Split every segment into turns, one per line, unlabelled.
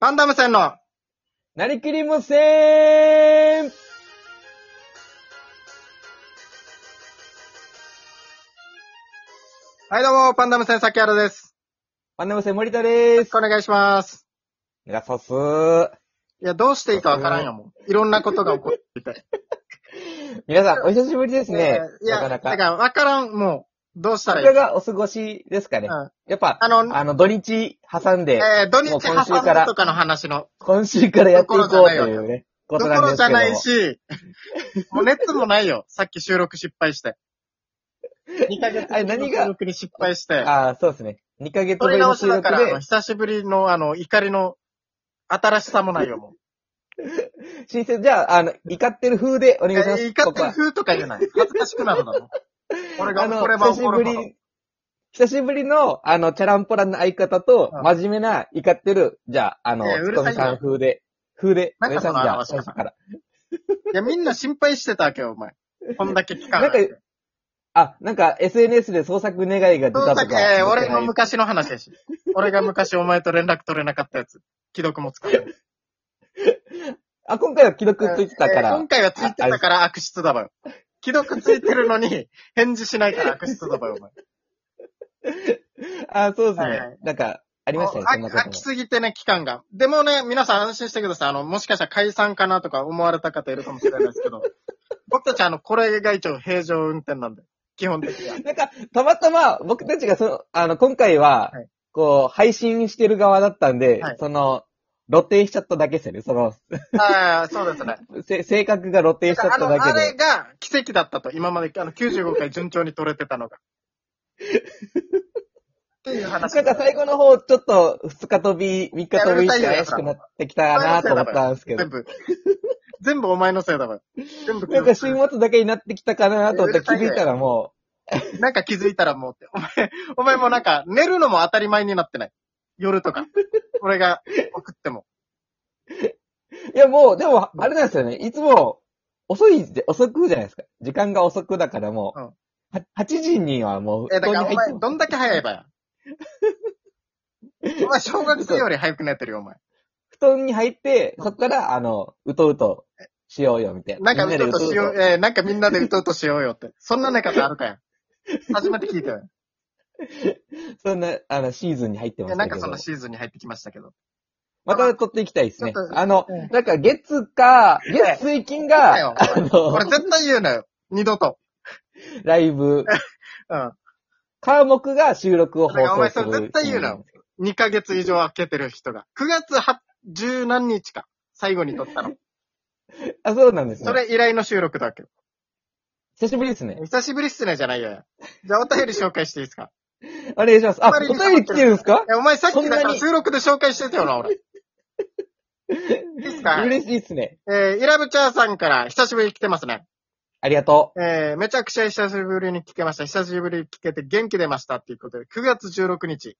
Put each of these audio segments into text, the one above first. パンダム戦の
なりきり無線
はいどうも、パンダム戦崎原です。
パンダム線森田で
よろし
す。
くお願いします。
お願いします。ー。
いや、どうしていいかわからんよ、もう。いろんなことが起こってて。
皆さん、お久しぶ りですね。
いや、
なかなか
だからわからん、もう、どうしたら
い
いい
かがお過ごしですかね。
うん
やっぱ、
あの
あの、土日挟んで、
えー、土日
もう今週
挟
か
む
ら
とかの話の、
今週からやっていこうというね、こ
ど
と
こ
なんで
ろじ
すけ
ゃ
ども
ないし、 もう熱もないよ。さっき収録失敗して。2ヶ月
あれ何が
収録に失敗して。
ああ、そうですね。2ヶ月
撮
ぶ
り
りの
直し
収
だ
録
から、あの
で、
久しぶりの、あの、怒りの、新しさもないよ、もう。
新鮮、じゃあ、あの、怒ってる風でお願いします。
え怒っ
ここ
てる
は
風とか言うない。恥ずかしくなるだろ。俺が
あの、
これは
久
怒
しぶ
るの。
り、久しぶりの、あの、チャランポランの相方と、
うん
真面目な、怒ってる、じゃあ、あの、
いやう
つ
る
と
さ
み
いよ
さん風で、風で、
なんか
お願いします
その
じ
話
ゃあ今週から。
いや、みんな心配してたわけよ、お前。こんだけ期間。
なんか、あ、なんか、SNS で創作願いが出
そ
た
うだ
と
け、
か。
えー俺の昔の話やし。俺が昔お前と連絡取れなかったやつ。既読もつかない。
あ、今回は記録ついてたか
えー
ら
今。回はついてたから悪質だばよ。既読ついてるのに、返事しないから悪質だばよ、お前。
あ、そうです
はいは
ね
い。
なんか、ありましたね、
あ
そんなこと
飽
も
き。すぎてね、期間が。でもね、皆さん安心してください。あの、もしかしたら解散かなとか思われた方いるかもしれないですけ ど、僕たちあの、これが一応平常運転なんで、基本的 には。
なんか、たまたま、僕たちがその、あの、今回は
はい、
こう、配信してる側だったんで
はい、
その、露呈しちゃっただけですよね。その、
ああ、そうですね。
せ性格が露呈しちゃっ
あ
た
の、
だ
あ
けで
れ。が奇跡だったと、今まであの95回順調に取れてたのが。っていう話。
なんか最後の方、ちょっと、二日飛び、三日飛びして怪しくなってきたなと思ったんですけど
全。部。全部お前のせいだわ。全部
なんか週末だけになってきたかなと思って気づいたらも
なんか気づいたらもうって。お前、お前もなんか寝るのも当たり前になってない。夜とか。俺が送っても。
う、いやもう、でも、あれなんですよね。いつも、遅いで、遅くじゃないですか。時間が遅くだからもう、は8時にはもう、
え、だからお
布団に入
前
っ、て
どんだけ早い ばや。お前、小学生より早く寝てるよ、お前。
布団に入って、そこから、あの、うとうとしようよ、みたい
な
な。
んか
み
う
で
とうとしよう、えーなんかみんなでうとうとしようよって。そんな寝方あるかや。初めて聞いたよ。
そんな、あの、シーズンに入って
い
ま
や、
し
なん
た
か
け
そ
ど
んな。シーズンに入ってきましたけど。
また撮っていきたいですね
ちょっ。と
あの
うん、
なんか月か、月水金
だよ
が、あの
俺、絶対言うなよ。二度と。
ライブ、
うん。
科目が収録を放
お前そ
送する。
れ絶対言うなよ。二ヶ月以上空けてる人が。9月は十何日か。最後に撮ったの。
あ、そうなんです
そ
ね。
れ以来の収録だわけど。
久しぶりですね。
久しぶりっすねじゃないよ。じゃあお便り紹介していいですか
お願いします。
あ
あ、お
まりに
便り来てるんですか
え、お前さっきだか
そんな
ら
に
収録で紹介してたよな、俺。いいですか
嬉しいですね。
えー、イラブチャーさんから久しぶりに来てますね。
ありがと
えー、めちゃくちゃ久しぶりに聞けました。久しぶりに聞けて元気出ましたっていうことで、9月16日。
う。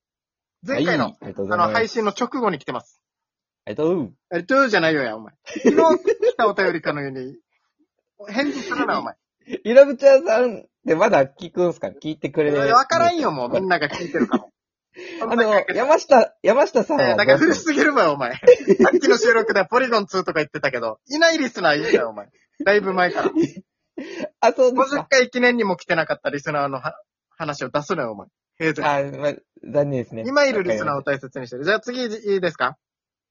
前回の、
はいありがとうござ
あ
います。
の、配信の直後に来てます。
ありがとう。
え、どうじゃないよや、お前。昨日来たお便りかのように、返事するな、お前。
イラブチャーさんってまだ聞くんすか聞いてくれる
えわからんよ、もう。みんなが聞いてるから。
あの、山下、山下さん
え
は
ー、だから
どう
古
す
すぎるわよ、お 前。さっきの収録ではポリゴン2とか言ってたけど、いないリスナーいるよ、お前。だいぶ前から。
るあ、そうです
50
か。
回記念にも来てなかったリスナーのは話を出すなよ、お前。平然。
あ、まあ、残念ですね。
今いるリスナーを大切にしてる。じゃあ次いいですか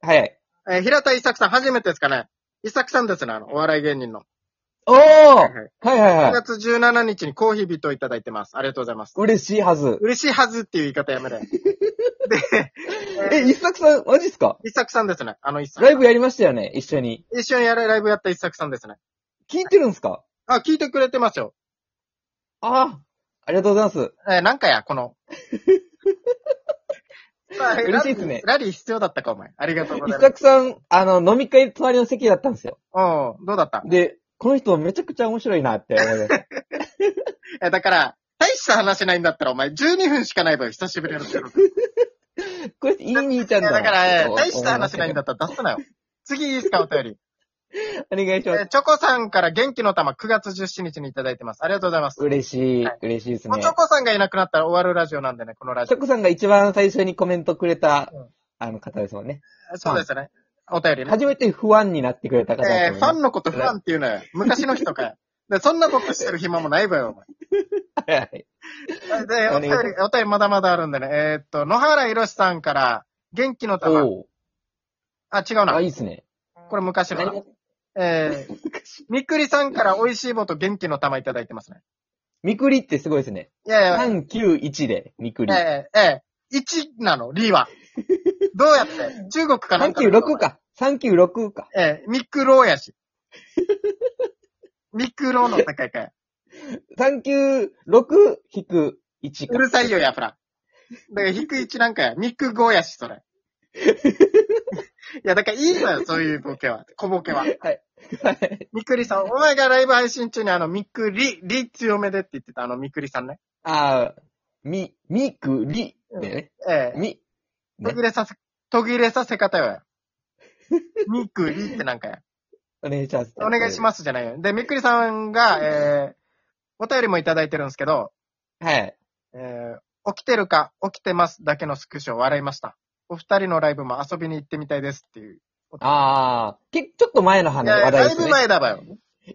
はい。
えー平田伊作さん、初めてですかね伊作さんですね、あの、お笑い芸人の。
おーは
は
い
い
はいはい
9。月17日にコーヒービートをいただいてます。ありがとうございます。
嬉しいはず。
嬉しいはずっていう言い方やめれ。で、
え、一作さん、マジっすか
伊作さんですね。あの一
ラ
作。
イブやりましたよね、一緒に。
一緒にやるライブやった伊作さんですね。
聞いてるんすか
あ、聞いてくれてますよ。
ああ、ありがとうございます。
えーなんかや、この。 まあ
嬉しいっすね
ラリーラリー必要だったか、お前。ありがとうご
一
ざいます。
作さん、あの、飲み会隣の席だったんですよ。
うん、どうだった
で、この人めちゃくちゃ面白いなって思いま した。
え、だから、大した話ないんだったら、お前、12分しかないわよ、久しぶりの収録。
これいい兄ちゃん
いや
だな
だから、え
と
ー
思いま
大
し
した話ないんだ
っ
ったら出すなよ。次いいですか、お便 り。
たお願いし
え
ま
ー
す。
チョコさんから元気の玉9月17日にいただいてます。ありがとうございます。
嬉しい
はい、
嬉しいです
も
ね
うチ。ョコさんがいなくなったら終わるラジオなんでね、このラジ
シ
オ
ョ。コさんが一番最初にコメントくれた
うん
あの方ですもんね。
そうですね。お便りね。
初めて不安になってくれた方ですもんね。
えー、ファンのことファンって言うなよ。昔の人かよ。で、そんなことしてる暇もないわよ、
はいはい。
お前。で、お便り、お便りまだまだあるんでね。えーっと、野原宏さんから、元気 の玉。
おう
あ、違う
あ、
な。
いいっすね。
これ昔のな
何。
えー、みっくりさんから美味しい棒と元気の玉いただいてますね。
みくりってすごいですね。
いやいや、
391で、みくり。
ええええ1なの、リー は。どうやって中国かなんか。
396。か。396か。
ええミクロやし。ミクロの高いかい。
396引く1
う
か。
るさいよ、やフら。だから、低い1なんかや。ミク5やし、それ。 いや、だからいいのよ、そういうボケは。小ボケは。
はい
みくりさん、お前がライブ配信中にあの、みくり、り強めでって言ってたあの、みくりさんね。
あーみ、みくり。だよね。
ええ
み、ね
途切れさせ、途切れさせ方よ や。みくりってなんかや。
お願いします。
お願いしますじゃないよ。で、みっくりさんが、えー、お便りもいただいてるんですけど、
す。はい。
えー、起きてるか起きてますだけのスクショを笑いました。お二人のライブも遊びに行ってみたいですっていう。
ああ、け、ちょっと前の話
い
の
や、ラ
話題
イ
です
ブ
よね。
前だばよ。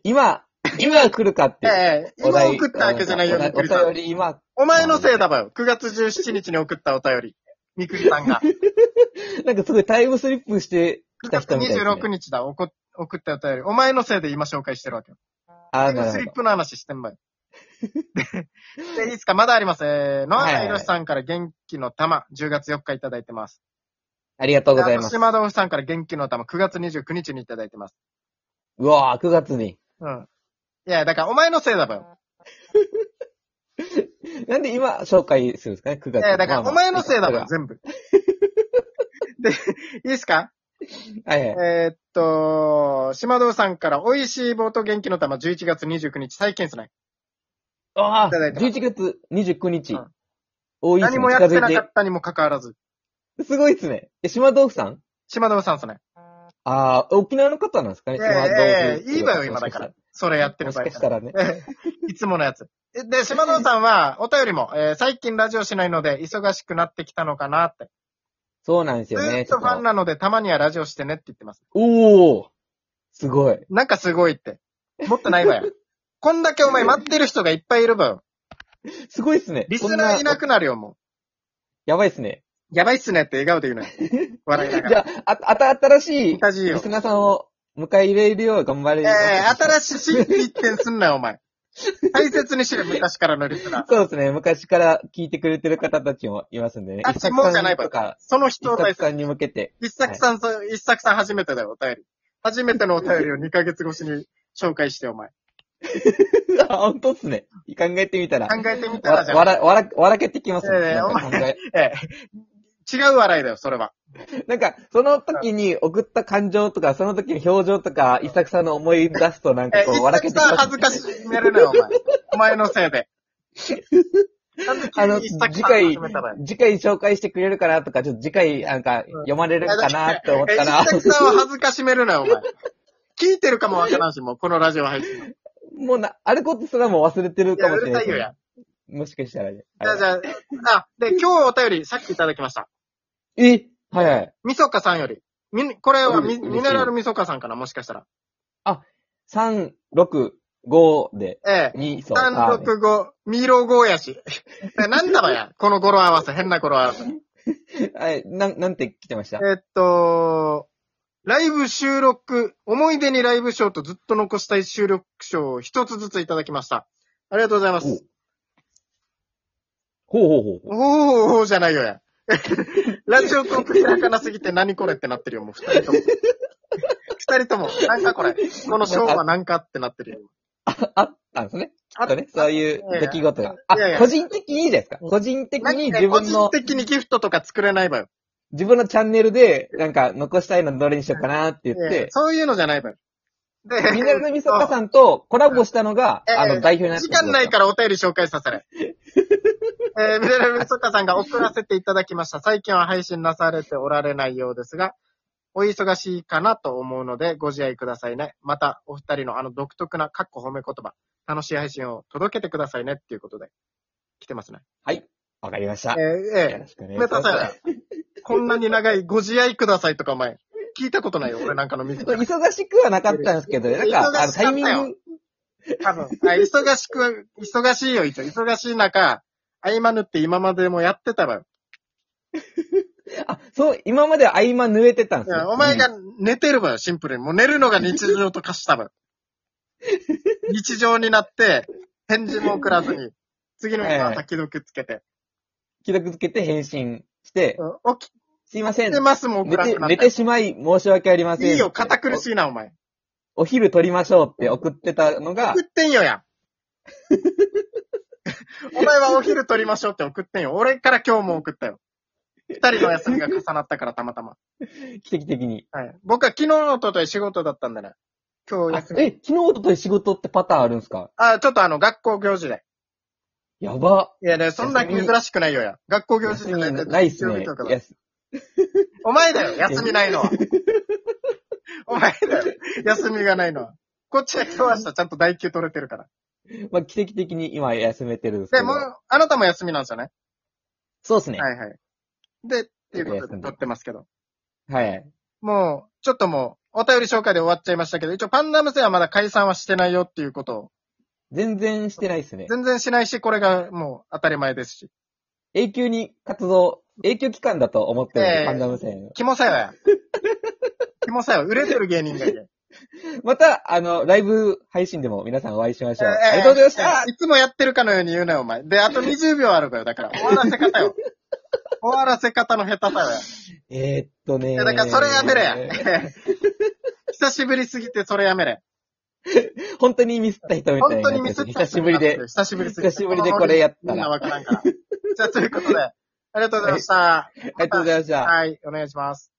今、今来るかっていう。
ええ
お
今
題
送ったわけじゃないよ、
お
み
題
っくりさ
お
ん。
便り今、
お前のせいだばよ。9月17日に送ったお便り。みっくりさんが。9
なんかすごいタイムスリップしてきた
月
人みたいです、
26
ね。
日だ、おこ送ったお便り。お前のせいで今紹介してるわけよ。
ああ、な
ス
る
リッ
ほ
プの話してんばよ。で、でいいですかまだあります。えー、野
はい
原
はい
宏さんから元気の玉、10月4日いただいてます。
ありがとうございま
あ
す。
と島豆腐さんから元気の玉、9月29日にいただいてます。
うわぁ、9月に。
うん。いや、だからお前のせいだばよ。
なんで今紹介するんですかね、9
い
月。
や、だからお前のせいだばよ
わ、。
全部。で、いいですか
はいはい。
えーっと、島豆腐さんから美味しい棒と元気の玉、11月29日、再建すない。
ああ、
いただいてま
11月29日
うん。
多いです
何
ね、
もや
近
って
づ
なか
い
ったにもかかわらず。
て。すごいっすね。え、島豆腐さん
島豆腐さんすね。
ああ、沖縄の方なんですかね、
い
島
やいや
豆
い
腐。
やいいわよ、今だから。それやって
も
る
し
場合
かしたらね。
ええいつものやつ。えで、島野さんは、お便りも、えー最近ラジオしないので、忙しくなってきたのかなって。
そうなんです
ず
よね。
ーっとファンなので、たまにはラジオしてねって言ってます。
おおすごい。
なんかすごいって。もっとないわよ。こんだけお前待ってる人がいっぱいいるわよ。
すごいっすね。
リスナーいな
こん
くなるよ、も
やばいっすね。
う。やばいっすねって笑顔で言うのよ。笑いなが
じ
ら。
ゃあ、あ、あた、新しい
難しい
リ
よ
ス。ナーさんを迎え入れるよう頑張れ
え
る。
え新しい新規一点すんなよ、お前。大切にしろ、昔からのリスナー。
そうですね。昔から聞いてくれてる方たちもいますんでね。
あ
一作
もうじゃない
さんとか、
その
一
人を大
作
切
さんに向けて。
一作さん、そう一作さん初めてだよ、お便り。初めてのお便りを2ヶ月越しに紹介して、お前。
あ、本当っすね。考えてみたら。
考えてみた
わ
らじゃん。
ら、わら、笑けてきますね。
ええ
なんか考え
ええ。違う笑いだよ、それは。
なんか、その時に送った感情とか、その時の表情とか、一作さんの思い出すとなんか
ええ、
こ
一
う、笑け
作
てき
さん
ます
恥ずかしめるなよ、お前。お前のせいで。なんで
あの、
急に一
次
作さん
回
始めたのよ、
次回紹介してくれるかなとか、ちょっと次回、なんか、読まれるかなって思っ
え、
たら
一、作さんを恥ずかしめるなよ、お前。聞いてるかもわからんし、もう、このラジオ配信。い
もうな、あることすらもう忘れてるか
や、
も
う
し
る
れ
さ
ないい。
よや。
もしかしたらね。
じゃあ、じゃあ、あ、で、今日お便り、さっきいただきました。
えはいはい。
みそかさんより。み、これはみ、
うん
ミネラルみそかさんかな、もしかしたら。
3、6、5で、
ええ。
2、そう、
三
3で。
六五ミロ5やし。えなんだば や、この語呂合わせ、変な語呂合わせ。
はい、なん、なんて来てました
えっと、ライブ収録、思い出にライブ賞とずっと残したい収録賞を一つずついただきました。ありがとうございます。
ほうほうほうほう。
おーおーじゃないよや。 ラジオトーク開かなすぎて何これってなってるよ、もう二人とも。二人とも、なんかこれ、この賞はなんかってなってるよ。
あ、あったんですね。
あ
あとね、そういう出来事が。あ
いやいや、
個人的にいいじゃないですか。個人的
なんか
に
ね
自
個
分
人、
の
的にギフトとか作れないわよ。
自分のチャンネルで、なんか、残したいのどれにしようかなって言っ
いやいや
て、
そういうのじゃないわよ。で、
ミネラルミソカさんとコラボしたのが、
ええ
あの、代表になって
時
る
間ないからお便り紹介させ れ。えー、ミネラルミソカさんが送らせていただきました。最近は配信なされておられないようですが、お忙しいかなと思うのでご自愛くださいね。また、お二人のあの独特なかっこ褒め言葉、楽しい配信を届けてくださいねっていうことで、来てますね。
はい。わかりました。
え
よ
え
ろしくお
ええ。
願い
め
します。
たさ、こんなに長いご自愛くださいとかお前、聞いたことない よ、俺なんかの店
そう忙しくはなかったんですけど、なんか、あ
忙し
の
かったよ
タイミング、
多分。あ忙しく、忙しいよ、一応。忙しい中、合間縫って今までもやってたわよ。
あ、そう、今までは合間濡れてたんで
い
す
や
よ。
お前が
うん
寝てるわよ、シンプルに。もう寝るのが日常と化 したわよ。日常になって、返事も送らずに、次の日の朝既読つけて、
既読つけて返信して、
うん起
すいませ
き
ん
て。ますも送
寝
らな
て
くな、っ
寝てしまい申し訳ありません。
て。いいよ、堅苦しいな、お前。
お。お昼取りましょうって送ってたのが
送、ってんよや。 お前はお昼取りましょうって送ってんよ。俺から今日も送ったよ。二人の休みが重なったからたまたま。
奇跡的に。
はい。僕は昨日のととい仕事だったんだね。今日
あ
休み。
え、昨日おととい仕事ってパターンあるんですか
あ、ちょっとあの、学校行事で。
やば。
いやね、そんな珍しくないよや。学校行事
休
じゃ
み
ない
ないっすね。
日曜日とか
い
だ
や
お前だよ、休みない のは。お前だよ、休みがないのは。こっちは今日明日ちゃんと代休取れてるから。
まあ、奇跡的に今休めてるんですけ
で、
ど。
もう、あなたも休みなんですよね。
そうですね。
はいはい。で、っていうことで撮ってますけど。
はい。
もう、ちょっともう、お便り紹介で終わっちゃいましたけど、一応パンダムセはまだ解散はしてないよっていうことを、
全然してないっすね。
全然しないし、これがもう当たり前ですし。
永久に活動、永久期間だと思ってるんで
ええ
パンダ無線。
キモさよや。キモさよ、売れてる芸人がいる。
また、あの、ライブ配信でも皆さんお会いしましょう。
ええ
ありがとうございました
ええいつもやってるかのように言うなよ、お前。で、あと20秒あるから、だから、終わらせ方 よ。終わらせ方の下手さよ。
えーっとね
いや、だからそれやめ れや。久しぶりすぎてそれやめれ。
本当にミスった人みたいな
本
やつ。
当にミスった人
久しぶりで。
久しぶりすぎて。
久しぶりでこれやったら
みんなわからんから。じゃあ、ということで、ありがとうございました。あり
ありがとうございました。
はい、お願いします。